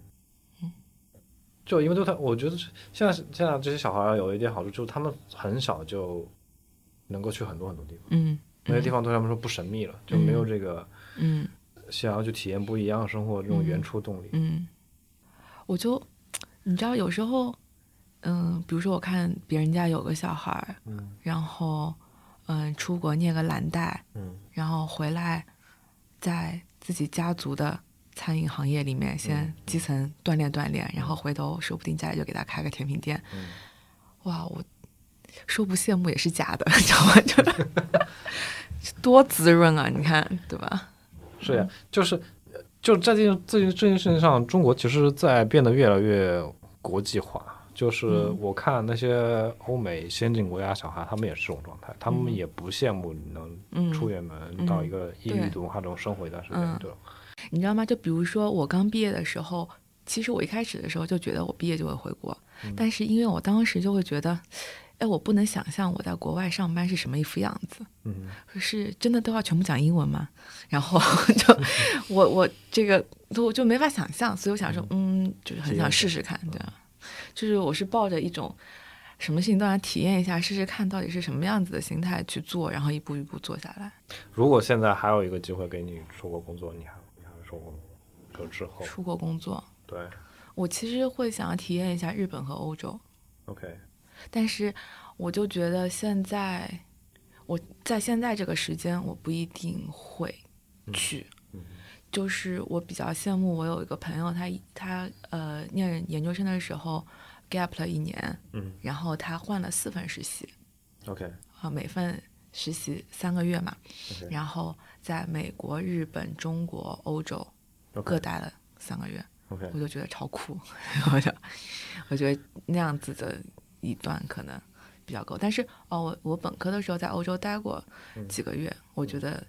Speaker 2: 就因为对他，我觉得是现在是现在这些小孩儿有一点好处，就是他们很小就能够去很多很多地方，
Speaker 1: 嗯
Speaker 2: 那些地方对他们说不神秘了，就没有这个
Speaker 1: 嗯
Speaker 2: 想要去体验不一样生活的这种原初动力。
Speaker 1: 嗯，我就你知道，有时候，嗯，比如说我看别人家有个小孩儿，
Speaker 2: 嗯
Speaker 1: 然后嗯出国念个蓝带，
Speaker 2: 嗯
Speaker 1: 然后回来在自己家族的餐饮行业里面先
Speaker 2: 嗯
Speaker 1: 基层锻炼锻炼，然后回头说不定家里就给他开个甜品店。
Speaker 2: 嗯
Speaker 1: 哇，我说不羡慕也是假的， 知道吗？就 多滋润啊！你看，对吧？
Speaker 2: 是呀，就是就在这件这件这件事情上，中国其实在变得越来越国际化。就是
Speaker 1: 嗯
Speaker 2: 我看那些欧美先进国家小孩，他们也是这种状态，他们也不羡慕你能
Speaker 1: 嗯
Speaker 2: 出远门到一个异域
Speaker 1: 对
Speaker 2: 文化中生活一段时间
Speaker 1: 嗯，
Speaker 2: 对吧？
Speaker 1: 你知道吗？就比如说我刚毕业的时候，其实我一开始的时候就觉得我毕业就会回国，
Speaker 2: 嗯
Speaker 1: 但是因为我当时就会觉得，哎，我不能想象我在国外上班是什么一副样子。
Speaker 2: 嗯
Speaker 1: 可是真的都要全部讲英文吗？ 然后 就我我这个我就没法想象，所以我想说，嗯，就是嗯很想试试看，对吧？就是我是抱着一种什么事情都想体验一下、试试看到底是什么样子的心态去做，然后一步一步做下来。
Speaker 2: 如果现在还有一个机会给你出国工作，你还你还会出国吗？就之后，
Speaker 1: 出国工作，
Speaker 2: 对
Speaker 1: 我其实会想要体验一下日本和欧洲，
Speaker 2: ，OK，
Speaker 1: 但是我就觉得现在我在现在这个时间，我不一定会去。
Speaker 2: 嗯
Speaker 1: 就是我比较羡慕我有一个朋友，他他呃念研究生的时候 gap 了一年，
Speaker 2: 嗯
Speaker 1: 然后他换了四份实习
Speaker 2: ，OK，
Speaker 1: 啊，每份实习三个月嘛
Speaker 2: OK
Speaker 1: 然后在美国、日本、中国、欧洲各
Speaker 2: OK
Speaker 1: 待了三个月。
Speaker 2: OK，
Speaker 1: 我就觉得超酷， 我就我觉得那样子的一段可能比较够。但是哦，我我本科的时候在欧洲待过
Speaker 2: 嗯
Speaker 1: 几个月，我觉得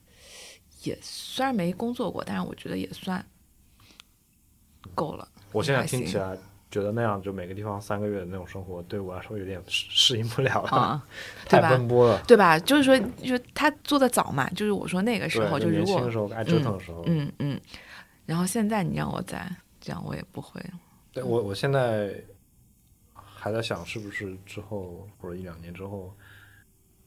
Speaker 1: 也虽然没工作过，但是我觉得也算够了。
Speaker 2: 我现在听
Speaker 1: 还行
Speaker 2: 起来觉得那样就每个地方三个月的那种生活，对我来说有点适适应不了了，
Speaker 1: 啊、
Speaker 2: 太
Speaker 1: 对吧
Speaker 2: 奔波了。
Speaker 1: 对吧？就是说，就是他做的早嘛，就是我说那个时
Speaker 2: 对，
Speaker 1: 候，就
Speaker 2: 年
Speaker 1: 如
Speaker 2: 轻的
Speaker 1: 果
Speaker 2: 时候爱折腾的时候，
Speaker 1: 嗯嗯，然后现在你让我再这样，我也不会。
Speaker 2: 对我我现在还在想，是不是之后或者一两年之后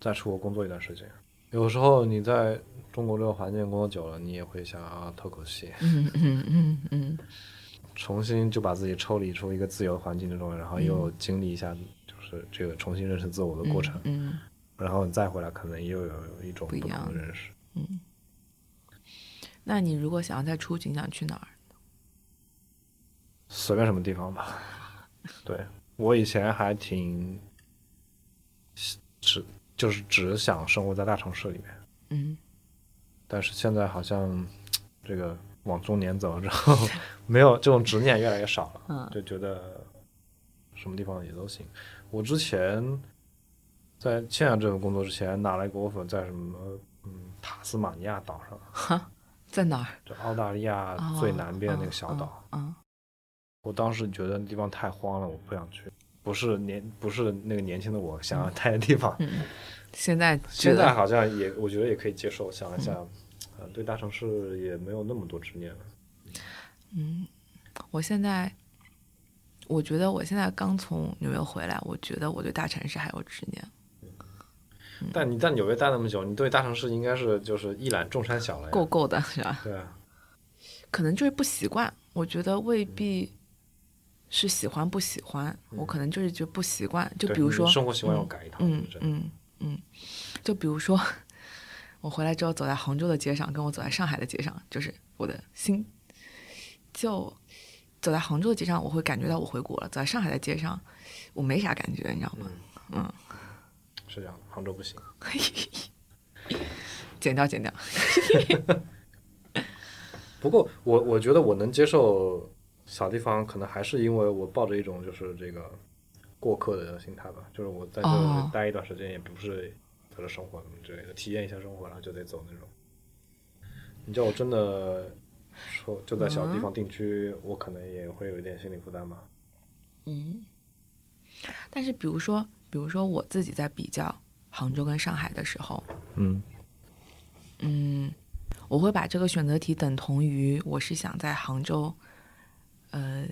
Speaker 2: 再出国工作一段时间。有时候你在中国这个环境工作久了，你也会想要透口气，
Speaker 1: 嗯嗯嗯嗯
Speaker 2: 重新就把自己抽离出一个自由环境之中，然后又经历一下就是这个重新认识自我的
Speaker 1: 嗯，
Speaker 2: 过程，
Speaker 1: 嗯
Speaker 2: 然后你再回来，可能又有一种
Speaker 1: 不一
Speaker 2: 不同
Speaker 1: 样
Speaker 2: 的认识。
Speaker 1: 嗯。那你如果想要再出去，你想去哪儿？
Speaker 2: 随便什么地 方吧。对我以前还挺只就是只想生活在大城市里面，
Speaker 1: 嗯，
Speaker 2: 但是现在好像这个往中年走 之后，没有这种执念越来越少了，
Speaker 1: 嗯
Speaker 2: 就觉得什么地方也都行。我之前在现在这份工作之前，拿了一个 offer 在什么嗯塔斯马尼亚岛上，
Speaker 1: 在哪儿？
Speaker 2: 就澳大利亚呃最南边那个小岛。
Speaker 1: 哦嗯
Speaker 2: 我当时觉得那地方太荒了，我不想去，不是年不是那个年轻的我想要待的地方。
Speaker 1: 嗯，现在觉
Speaker 2: 现在
Speaker 1: 得
Speaker 2: 好像也，我觉得也可以接受。想
Speaker 1: 嗯
Speaker 2: 一下，呃，对大城市也没有那么多执念了。
Speaker 1: 嗯，我现在我觉得我现在刚从纽约回来，我觉得我对大城市还有执念，
Speaker 2: 但你在纽约待那么久，你对大城市应该是就是一览众山小了呀。
Speaker 1: 够够的是吧？
Speaker 2: 对啊，
Speaker 1: 可能就是不习惯，我觉得未必
Speaker 2: 嗯
Speaker 1: 是喜欢不喜欢，我可能就是觉得不习惯。就
Speaker 2: 对
Speaker 1: 比如
Speaker 2: 你
Speaker 1: 说，
Speaker 2: 生活习惯要改一套，
Speaker 1: 嗯
Speaker 2: 真的。
Speaker 1: 嗯嗯，就比如说，我回来之后走在杭州的街上，跟我走在上海的街上，就是我的心，就走在杭州的街上，我会感觉到我回国了；走在上海的街上，我没啥感觉，你知道吗？嗯，
Speaker 2: 是这样，杭州不行。
Speaker 1: 剪掉剪掉，
Speaker 2: 不过我我觉得我能接受小地方，可能还是因为我抱着一种就是这个过客的心态吧，就是我在这
Speaker 1: 哦
Speaker 2: 里待一段时间，也不是在这生活什么之类的，体验一下生活，然后就得走那种。你叫我真的说就在小地
Speaker 1: 啊
Speaker 2: 方定居，我可能也会有一点心理负担吧。
Speaker 1: 嗯。但是比如说，比如说我自己在比较杭州跟上海的时候，
Speaker 2: 嗯
Speaker 1: 嗯，我会把这个选择题等同于我是想在杭州，呃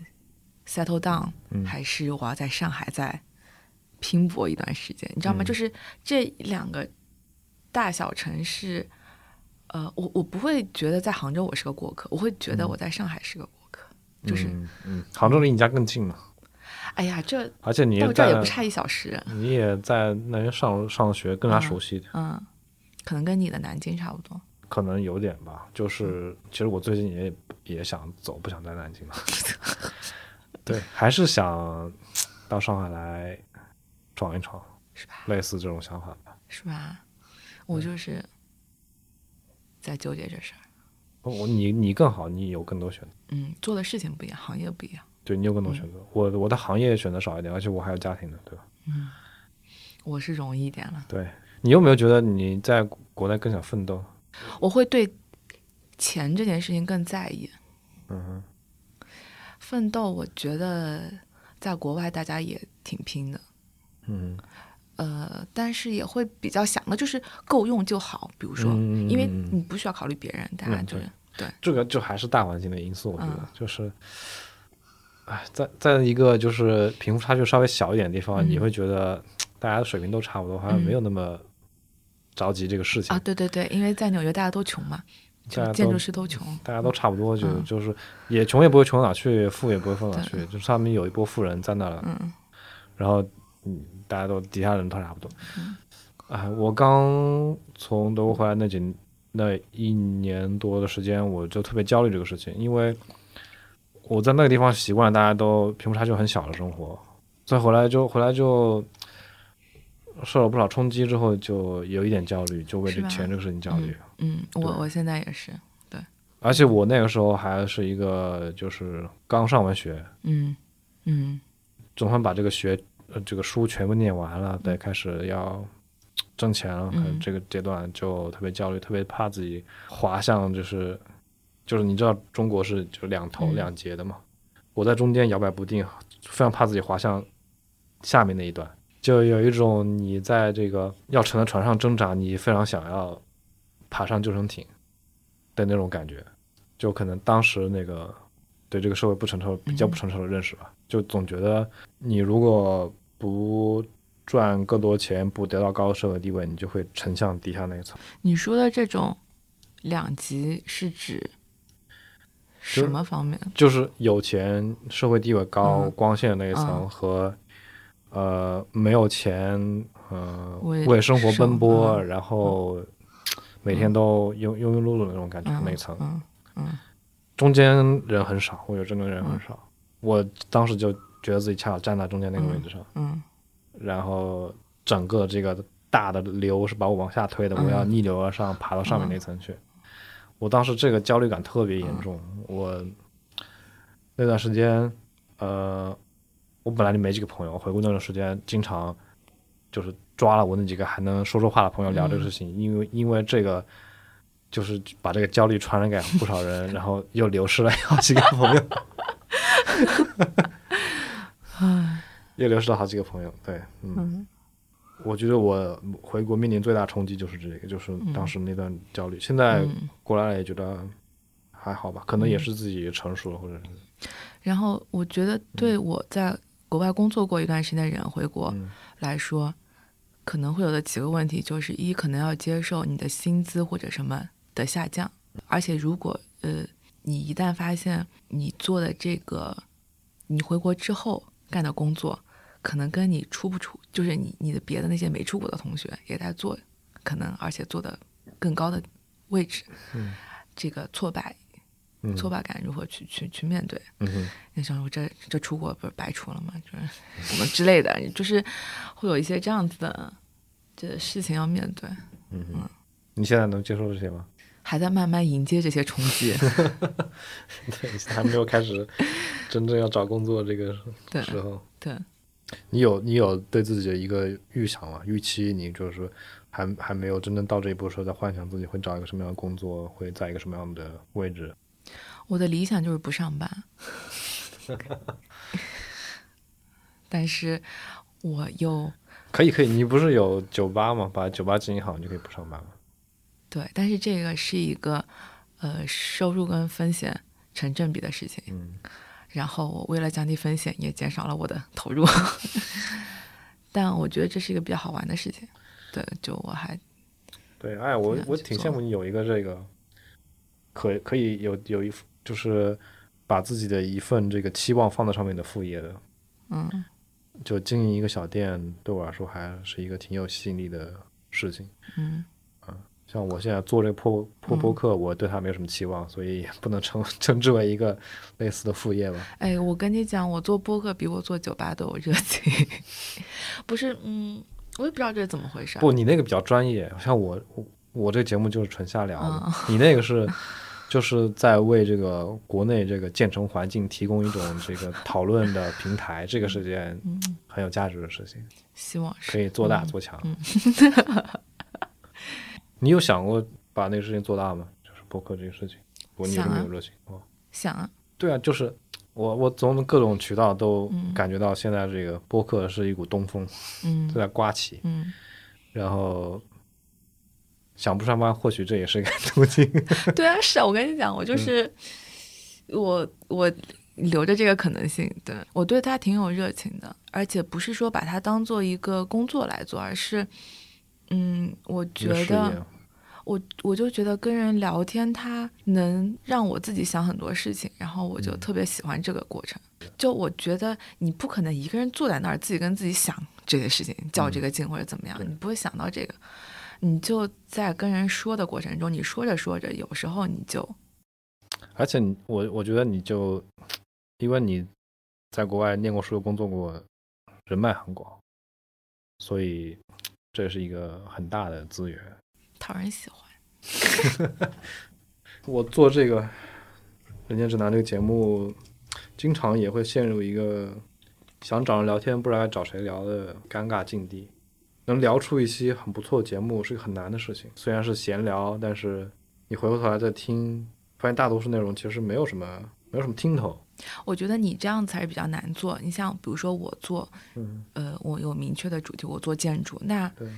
Speaker 1: ，settle down，、还
Speaker 2: 嗯
Speaker 1: 是我要在
Speaker 2: 嗯
Speaker 1: 上海再拼搏一段时间？你知道吗？就是这两个大小城市，呃，我我不会觉得在杭州我是个过客，我会觉得我在上海是个过客。就是
Speaker 2: 嗯嗯，杭州离你家更近嘛，
Speaker 1: 哎呀，这
Speaker 2: 而且你
Speaker 1: 到
Speaker 2: 也
Speaker 1: 这儿
Speaker 2: 在
Speaker 1: 也不差一小时，
Speaker 2: 你也在那边上上学，更加
Speaker 1: 嗯
Speaker 2: 熟悉一点，
Speaker 1: 嗯，可能跟你的南京差不多。
Speaker 2: 可能有点吧。就是其实我最近也也想走，不想在 南京了。对，还是想到上海来闯一闯，
Speaker 1: 是吧？
Speaker 2: 类似这种想法吧。
Speaker 1: 是吧？
Speaker 2: 嗯
Speaker 1: 我就是在纠结这事儿。
Speaker 2: 我你你更好，你有更多选择，
Speaker 1: 嗯，做的事情不一样，行业不一样。
Speaker 2: 对你有更多选择。
Speaker 1: 嗯
Speaker 2: 我我的行业选择少一点，而且我还有家庭呢，对吧？
Speaker 1: 我是容易一点了，
Speaker 2: 对你有没有觉得你在国内更想奋斗？
Speaker 1: 我会对钱这件事情更在意。
Speaker 2: 嗯哼，
Speaker 1: 奋斗，我觉得在国外大家也挺拼的，
Speaker 2: 嗯，
Speaker 1: 呃，但是也会比较想的就是够用就好。比如说，
Speaker 2: 嗯嗯嗯
Speaker 1: 因为
Speaker 2: 嗯嗯
Speaker 1: 你不需要考虑别人，大家
Speaker 2: 嗯
Speaker 1: 就是、
Speaker 2: 这个就还是大环境的因素，我觉得、
Speaker 1: 嗯
Speaker 2: 就是，哎，在在一个就是贫富差距稍微小一点的地方，
Speaker 1: 嗯
Speaker 2: 你会觉得大家的水平都差不多，好像没有那么着急这个事情。
Speaker 1: 啊，对对对，因为在纽约大家都穷嘛，就
Speaker 2: 大家
Speaker 1: 是
Speaker 2: 都嗯
Speaker 1: 建筑师都穷。
Speaker 2: 大家都差不多，就、
Speaker 1: 嗯
Speaker 2: 就是也穷也不会穷到哪去，富也不会富到哪去
Speaker 1: 对，
Speaker 2: 就是他们有一波富人在那了，
Speaker 1: 嗯
Speaker 2: 然后嗯，大家都底下人都差不多。
Speaker 1: 嗯
Speaker 2: 哎、我刚从德国回来那几那一年多的时间，我就特别焦虑这个事情，因为我在那个地方习惯了大家都贫富差距很小的生活，所以回来就回来就受了不少冲击之后，就有一点焦虑，就为
Speaker 1: 是
Speaker 2: 这
Speaker 1: 吧
Speaker 2: 钱这个事情焦虑。
Speaker 1: 嗯，我
Speaker 2: 对
Speaker 1: 我现在也是，
Speaker 2: 而且我那个时候还是一个就是刚上完学，
Speaker 1: 嗯嗯
Speaker 2: 总算把这个学呃这个书全部念完了，对，开始要挣钱了，可能
Speaker 1: 嗯
Speaker 2: 这个阶段就特别焦虑，特别怕自己滑向就是就是你知道中国是就两头
Speaker 1: 嗯
Speaker 2: 两截的嘛，我在中间摇摆不定，非常怕自己滑向下面那一段，就有一种你在这个要沉的船上挣扎，你非常想要爬上救生艇的那种感觉，就可能当时那个对这个社会不成熟、比
Speaker 1: 嗯
Speaker 2: 较不成熟的认识吧，就总觉得你如果不赚更多钱，不得到高的社会地位，你就会沉向底下那一层。
Speaker 1: 你说的这种两极是指什
Speaker 2: 是
Speaker 1: 么方面？
Speaker 2: 就是有钱、社会地位高、
Speaker 1: 嗯
Speaker 2: 光鲜的那一层
Speaker 1: 嗯
Speaker 2: 和、呃没有钱，呃
Speaker 1: 为
Speaker 2: 为生活奔波，
Speaker 1: 生嗯
Speaker 2: 然后每天都庸庸庸碌碌的那种感觉、
Speaker 1: 嗯
Speaker 2: 那一层，
Speaker 1: 嗯嗯
Speaker 2: 中间人很少，我觉得中间人很少。我当时就觉得自己恰好站在中间那个位置上，
Speaker 1: 嗯
Speaker 2: 然后整个这个大的流是把我往下推的，
Speaker 1: 嗯
Speaker 2: 我要逆流而上，爬到上面那层去。我当时这个焦虑感特别严重，
Speaker 1: 嗯
Speaker 2: 我那段时间，呃，我本来就没几个朋友，回顾那段时间，经常就是抓了我那几个还能说说话的朋友
Speaker 1: 嗯
Speaker 2: 聊这个事情，因为因为这个。就是把这个焦虑传染给不少人， 然后又流失了好几个朋友， 又流失了好几个朋友。对，嗯
Speaker 1: 嗯
Speaker 2: 我觉得我回国面临最大冲击就是这个，就是当时那段焦虑。现在
Speaker 1: 嗯。
Speaker 2: 过来了也觉得还好吧，可能也是自己成熟了，或者是
Speaker 1: 然后我觉得
Speaker 2: 嗯
Speaker 1: 对我在国外工作过一段时间的人回国
Speaker 2: 嗯
Speaker 1: 来说，可能会有的几个问题就是：一，可能要接受你的薪资或者什么的下降，而且如果呃你一旦发现你做的这个，你回国之后干的工作，可能跟你出不出，就是你你的别的那些没出国的同学也在做，可能而且做的更高的位置，
Speaker 2: 嗯
Speaker 1: 这个挫败
Speaker 2: 嗯
Speaker 1: 挫败感如何去去去面对？
Speaker 2: 嗯哼
Speaker 1: 那想我这这出国不是白出了吗？就是 什么之类的，就是会有一些这样子的这事情要面对，
Speaker 2: 嗯哼。你现在能接受这些吗？
Speaker 1: 还在慢慢迎接这些冲击。
Speaker 2: 对，还没有开始真正要找工作这个
Speaker 1: 对
Speaker 2: 时候，
Speaker 1: 对，
Speaker 2: 你有你有对自己的一个预想吗？预期你就是还还没有真正到这一步的时候，在幻想自己会找一个什么样的工作，会在一个什么样的位置？
Speaker 1: 我的理想就是不上班，但是我又
Speaker 2: 可以可以，你不是有酒吧吗？把酒吧经营好，你就可以不上班了。
Speaker 1: 对，但是这个是一个呃收入跟风险成正比的事情。
Speaker 2: 嗯。
Speaker 1: 然后我为了降低风险，也减少了我的投入。 但我觉得这是一个比较好玩的事情，对，就我还
Speaker 2: 对，哎，我
Speaker 1: 挺难
Speaker 2: 我
Speaker 1: 去
Speaker 2: 挺
Speaker 1: 做
Speaker 2: 羡慕你有一个这个，可可以有有一就是把自己的一份这个期望放在上面的副业的，
Speaker 1: 嗯
Speaker 2: 就经营一个小店，对我来说还是一个挺有吸引力的事情。
Speaker 1: 嗯
Speaker 2: 像我现在做这个破破播客，我对它没有什么期望，所以也不能称 称之为一个类似的副业吧。
Speaker 1: 哎，我跟你讲，我做播客比我做酒吧都有热情。 不是，嗯，我也不知道这是怎么回事儿。
Speaker 2: 不，你那个比较专业，像我我我这个节目就是纯瞎聊的，
Speaker 1: 嗯
Speaker 2: 你那 个是就是在为这个国内这个建成环境提供一种这个讨论的平台，这个是件
Speaker 1: 嗯
Speaker 2: 很有价值的事情，
Speaker 1: 希望
Speaker 2: 可
Speaker 1: 是。嗯
Speaker 2: 以做大做强。 你有想过把那个事情做大吗？就是播客这个事情，我你有
Speaker 1: 想
Speaker 2: 没
Speaker 1: 啊
Speaker 2: 有热情？哦，
Speaker 1: 想啊，
Speaker 2: 对啊，就是。我我从各种渠道都
Speaker 1: 嗯
Speaker 2: 感觉到现在这个播客是一股东风
Speaker 1: 嗯
Speaker 2: 正在刮起，
Speaker 1: 嗯，
Speaker 2: 然后想不上班，或许这也是一个 途径。
Speaker 1: 对啊，是啊，我跟你讲，我
Speaker 2: 嗯
Speaker 1: 就是、我我留着这个可能性，对我对他挺有热情的，而且不是说把它当做一个工作来做，而是嗯，我
Speaker 2: 这
Speaker 1: 觉
Speaker 2: 个事
Speaker 1: 得。
Speaker 2: 业
Speaker 1: 我我就觉得跟人聊天，他能让我自己想很多事情，然后我
Speaker 2: 嗯
Speaker 1: 就特别喜欢这个过程。就我觉得你不可能一个人坐在那儿自己跟自己想这些事情，较
Speaker 2: 嗯
Speaker 1: 这个劲或者怎么样，你不会想到这个。你就在跟人说的过程中，你说着说着，有时候你就
Speaker 2: 而且你我我觉得你就因为你在国外念过书、工作过，人脉很广，所以这是一个很大的资源。
Speaker 1: 讨人喜欢。
Speaker 2: 我做这个《人间指南》这个节目，经常也会陷入一个想找人聊天不知道该找谁聊的尴尬境地。能聊出一期很不错的节目是个很难的事情，虽然是闲聊，但是你回过头来再听，发现大多数内容其实没有什么没有什么听头。
Speaker 1: 我觉得你这样才是比较难做。你像比如说我做，
Speaker 2: 嗯，
Speaker 1: 呃，我有明确的主题，我做建筑，那
Speaker 2: 对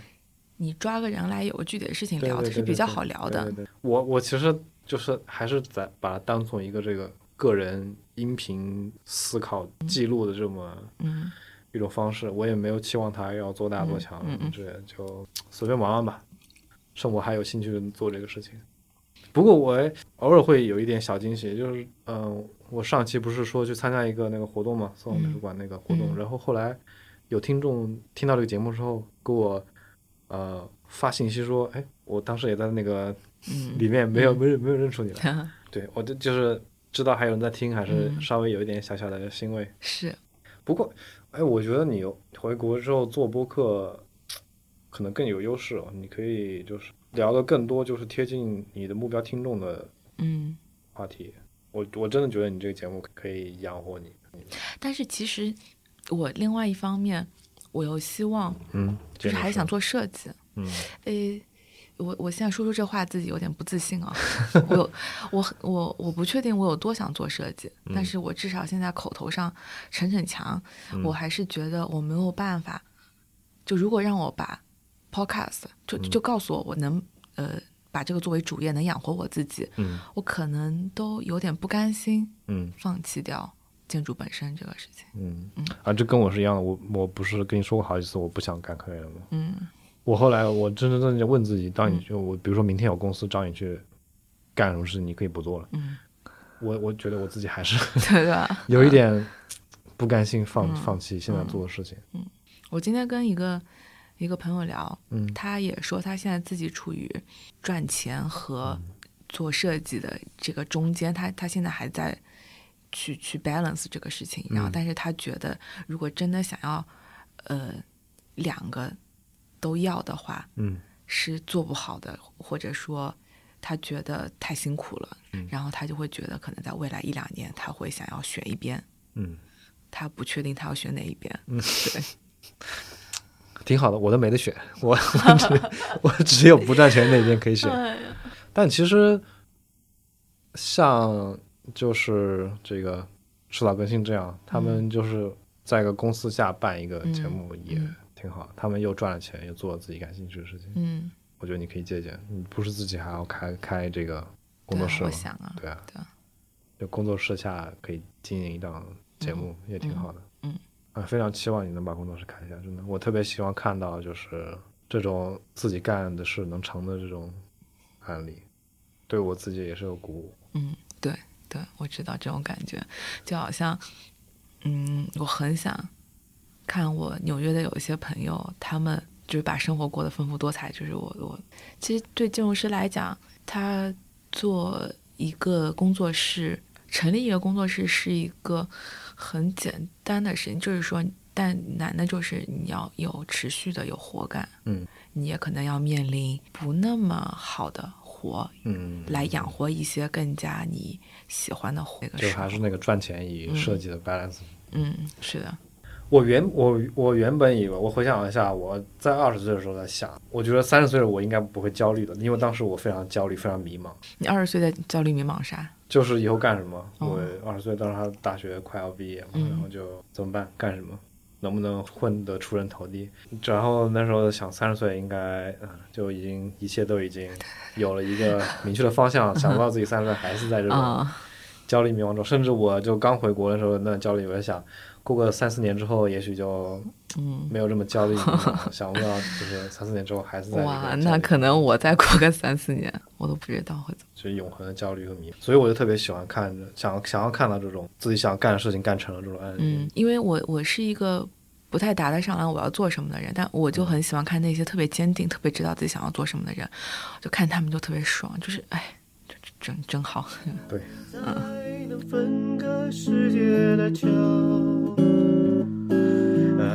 Speaker 1: 你抓个人来有个具体的事情
Speaker 2: 对
Speaker 1: 聊，它
Speaker 2: 对对
Speaker 1: 是比较好聊的
Speaker 2: 对。对对我我其实就是还是在把它当做一个这个个人音频思考记录的这么
Speaker 1: 嗯。
Speaker 2: 一种方式，我也没有期望他要做大做强，
Speaker 1: 嗯嗯嗯
Speaker 2: 这就随便玩玩吧。趁我还有兴趣做这个事情，不过我偶尔会有一点小惊喜，就是嗯、呃我上期不是说去参加一个那个活动嘛，
Speaker 1: 嗯
Speaker 2: 宋美术馆那个活动，
Speaker 1: 嗯
Speaker 2: 然后后来有听众听到这个节目之后，给我呃发信息说，哎，我当时也在那个
Speaker 1: 嗯，
Speaker 2: 里面没有、没有没有认出你来，
Speaker 1: 嗯
Speaker 2: 对我就就是知道还有人在听，还是
Speaker 1: 嗯
Speaker 2: 稍微有一点小小的欣慰。
Speaker 1: 是，
Speaker 2: 不过，哎，我觉得你回国之后做播客，可能更有优势哦。你可以就是聊的更多，就是贴近你的目标听众的
Speaker 1: 嗯。
Speaker 2: 话题。我我真的觉得你这个节目可以养活你。
Speaker 1: 但是其实我另外一方面，我又希望
Speaker 2: 嗯，
Speaker 1: 就是还想做设计。
Speaker 2: 嗯，
Speaker 1: 诶，我我现在说出这话自己有点不自信啊。我有我很我我不确定我有多想做设计，但是我至少现在口头上逞逞强，我还是觉得我没有办法。就如果让我把 podcast 就就告诉我我能呃把这个作为主业能养活我自己，
Speaker 2: 嗯
Speaker 1: 我可能都有点不甘心。
Speaker 2: 嗯
Speaker 1: 放弃掉建筑本身这个事情。
Speaker 2: 嗯啊，这跟我是一样的。我我不是跟你说过好几次我不想干科研了吗？
Speaker 1: 嗯
Speaker 2: 我后来我真真正正地问自己，当你就我比如说明天有公司找你去干什么事，你可以不做了。
Speaker 1: 嗯，
Speaker 2: 我我觉得我自己还是
Speaker 1: 对吧？
Speaker 2: 有一点不甘心放、放弃现在做的事情。
Speaker 1: 我今天跟一个一个朋友聊，
Speaker 2: 嗯
Speaker 1: 他也说他现在自己处于赚钱和做设计的这个中间，他他现在还在去去 balance 这个事情，然后但是他觉得如果真的想要呃两个都要的话，
Speaker 2: 嗯
Speaker 1: 是做不好的，或者说他觉得太辛苦了，然后他就会觉得可能在未来一两年他会想要选一边，
Speaker 2: 嗯，
Speaker 1: 他不确定他要选哪一边。
Speaker 2: 挺好的，我都没得 选，我我只我只有不赚钱那边可以选。 但其实像就是这个迟早更新这样，他们就是在一个公司下办一个节目也挺好，他们又赚了钱，又做了自己感兴趣的事情。
Speaker 1: 嗯，
Speaker 2: 我觉得你可以借鉴，你不是自己还要开开这个
Speaker 1: 对
Speaker 2: 工作
Speaker 1: 啊，
Speaker 2: 室
Speaker 1: 我
Speaker 2: 吗？
Speaker 1: 想啊，
Speaker 2: 对啊，
Speaker 1: 对啊
Speaker 2: 就工作室下可以经营一档节目，也挺好的。
Speaker 1: 嗯
Speaker 2: 啊，非常期望你能把工作室看一下，真的，我特别希望看到就是这种自己干的事能成的这种案例，对我自己也是有鼓舞。
Speaker 1: 嗯，对对，我知道这种感觉，就好像，嗯，我很想看我纽约的有一些朋友，他们就是把生活过得丰富多彩。就是我我其实对建筑师来讲，他做一个工作室，成立一个工作室是一个很简单的事情，就是说，但难的就是你要有持续的有活干，
Speaker 2: 嗯，
Speaker 1: 你也可能要面临不那么好的活，
Speaker 2: 嗯，
Speaker 1: 来养活一些更加你喜欢的活。
Speaker 2: 就还是那个赚钱与
Speaker 1: 嗯
Speaker 2: 设计的 balance。
Speaker 1: 嗯，是的，
Speaker 2: 我原我我原本以为，我回想了一下，我在二十岁的时候在想，我觉得三十岁我应该不会焦虑的，因为当时我非常焦虑，非常迷茫，
Speaker 1: 你二十岁的焦虑迷茫啥？
Speaker 2: 就是以后干什么？
Speaker 1: 哦
Speaker 2: 我二十岁当时还大学快要毕业嘛，
Speaker 1: 嗯
Speaker 2: 然后就怎么办？干什么？能不能混得出人头地？然后那时候想，三十岁应该嗯就已经一切都已经有了一个明确的方向，想不到自己三十岁还是在这种
Speaker 1: 啊、
Speaker 2: 焦虑迷茫中，甚至我就刚回国的时候，那焦虑，我在想，过个三四年之后，也许就
Speaker 1: 嗯，
Speaker 2: 没有这么焦虑迷 茫，想不到就是三四年之后还是在
Speaker 1: 哇，
Speaker 2: 这个焦虑
Speaker 1: 那可能我再过个三四年，我都不知道会怎么。
Speaker 2: 就是永恒的焦虑和迷茫，所以我就特别喜欢看，想想要看到这种自己想干的事情干成了这种案
Speaker 1: 嗯
Speaker 2: 例，，
Speaker 1: 因为我我是一个不太答得上来我要做什么的人，但我就很喜欢看那些特别坚定、特别知道自己想要做什么的人，就看他们就特别爽，就是哎，就就真真好。
Speaker 2: 对，
Speaker 3: 才能分隔世界的墙，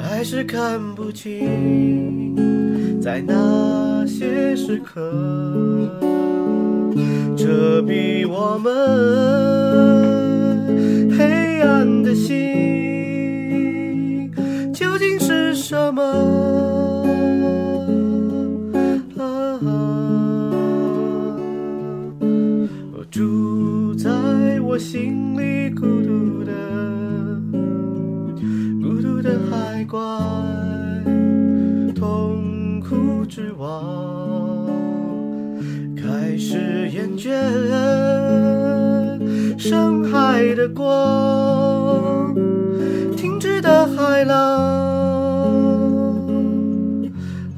Speaker 3: 还是看不清，在那些时刻，遮蔽我们黑暗的心，究竟是什么？啊哦住在我心里孤独的、孤独的海怪，痛苦之王开始厌倦深海的光，停止的海浪。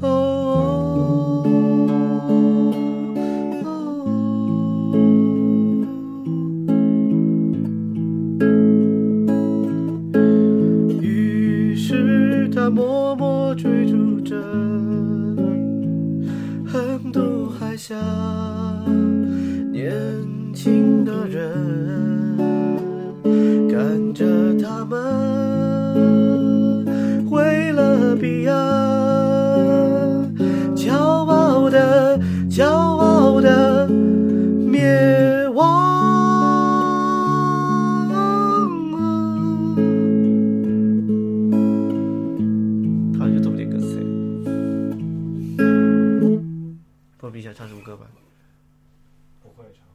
Speaker 3: 哦于是他默默追逐着，横渡海峡，年轻的人赶着他们为了彼岸，骄傲的，骄傲的灭亡。好像就这么点歌词。波比想唱什么歌吧？
Speaker 2: 不会唱，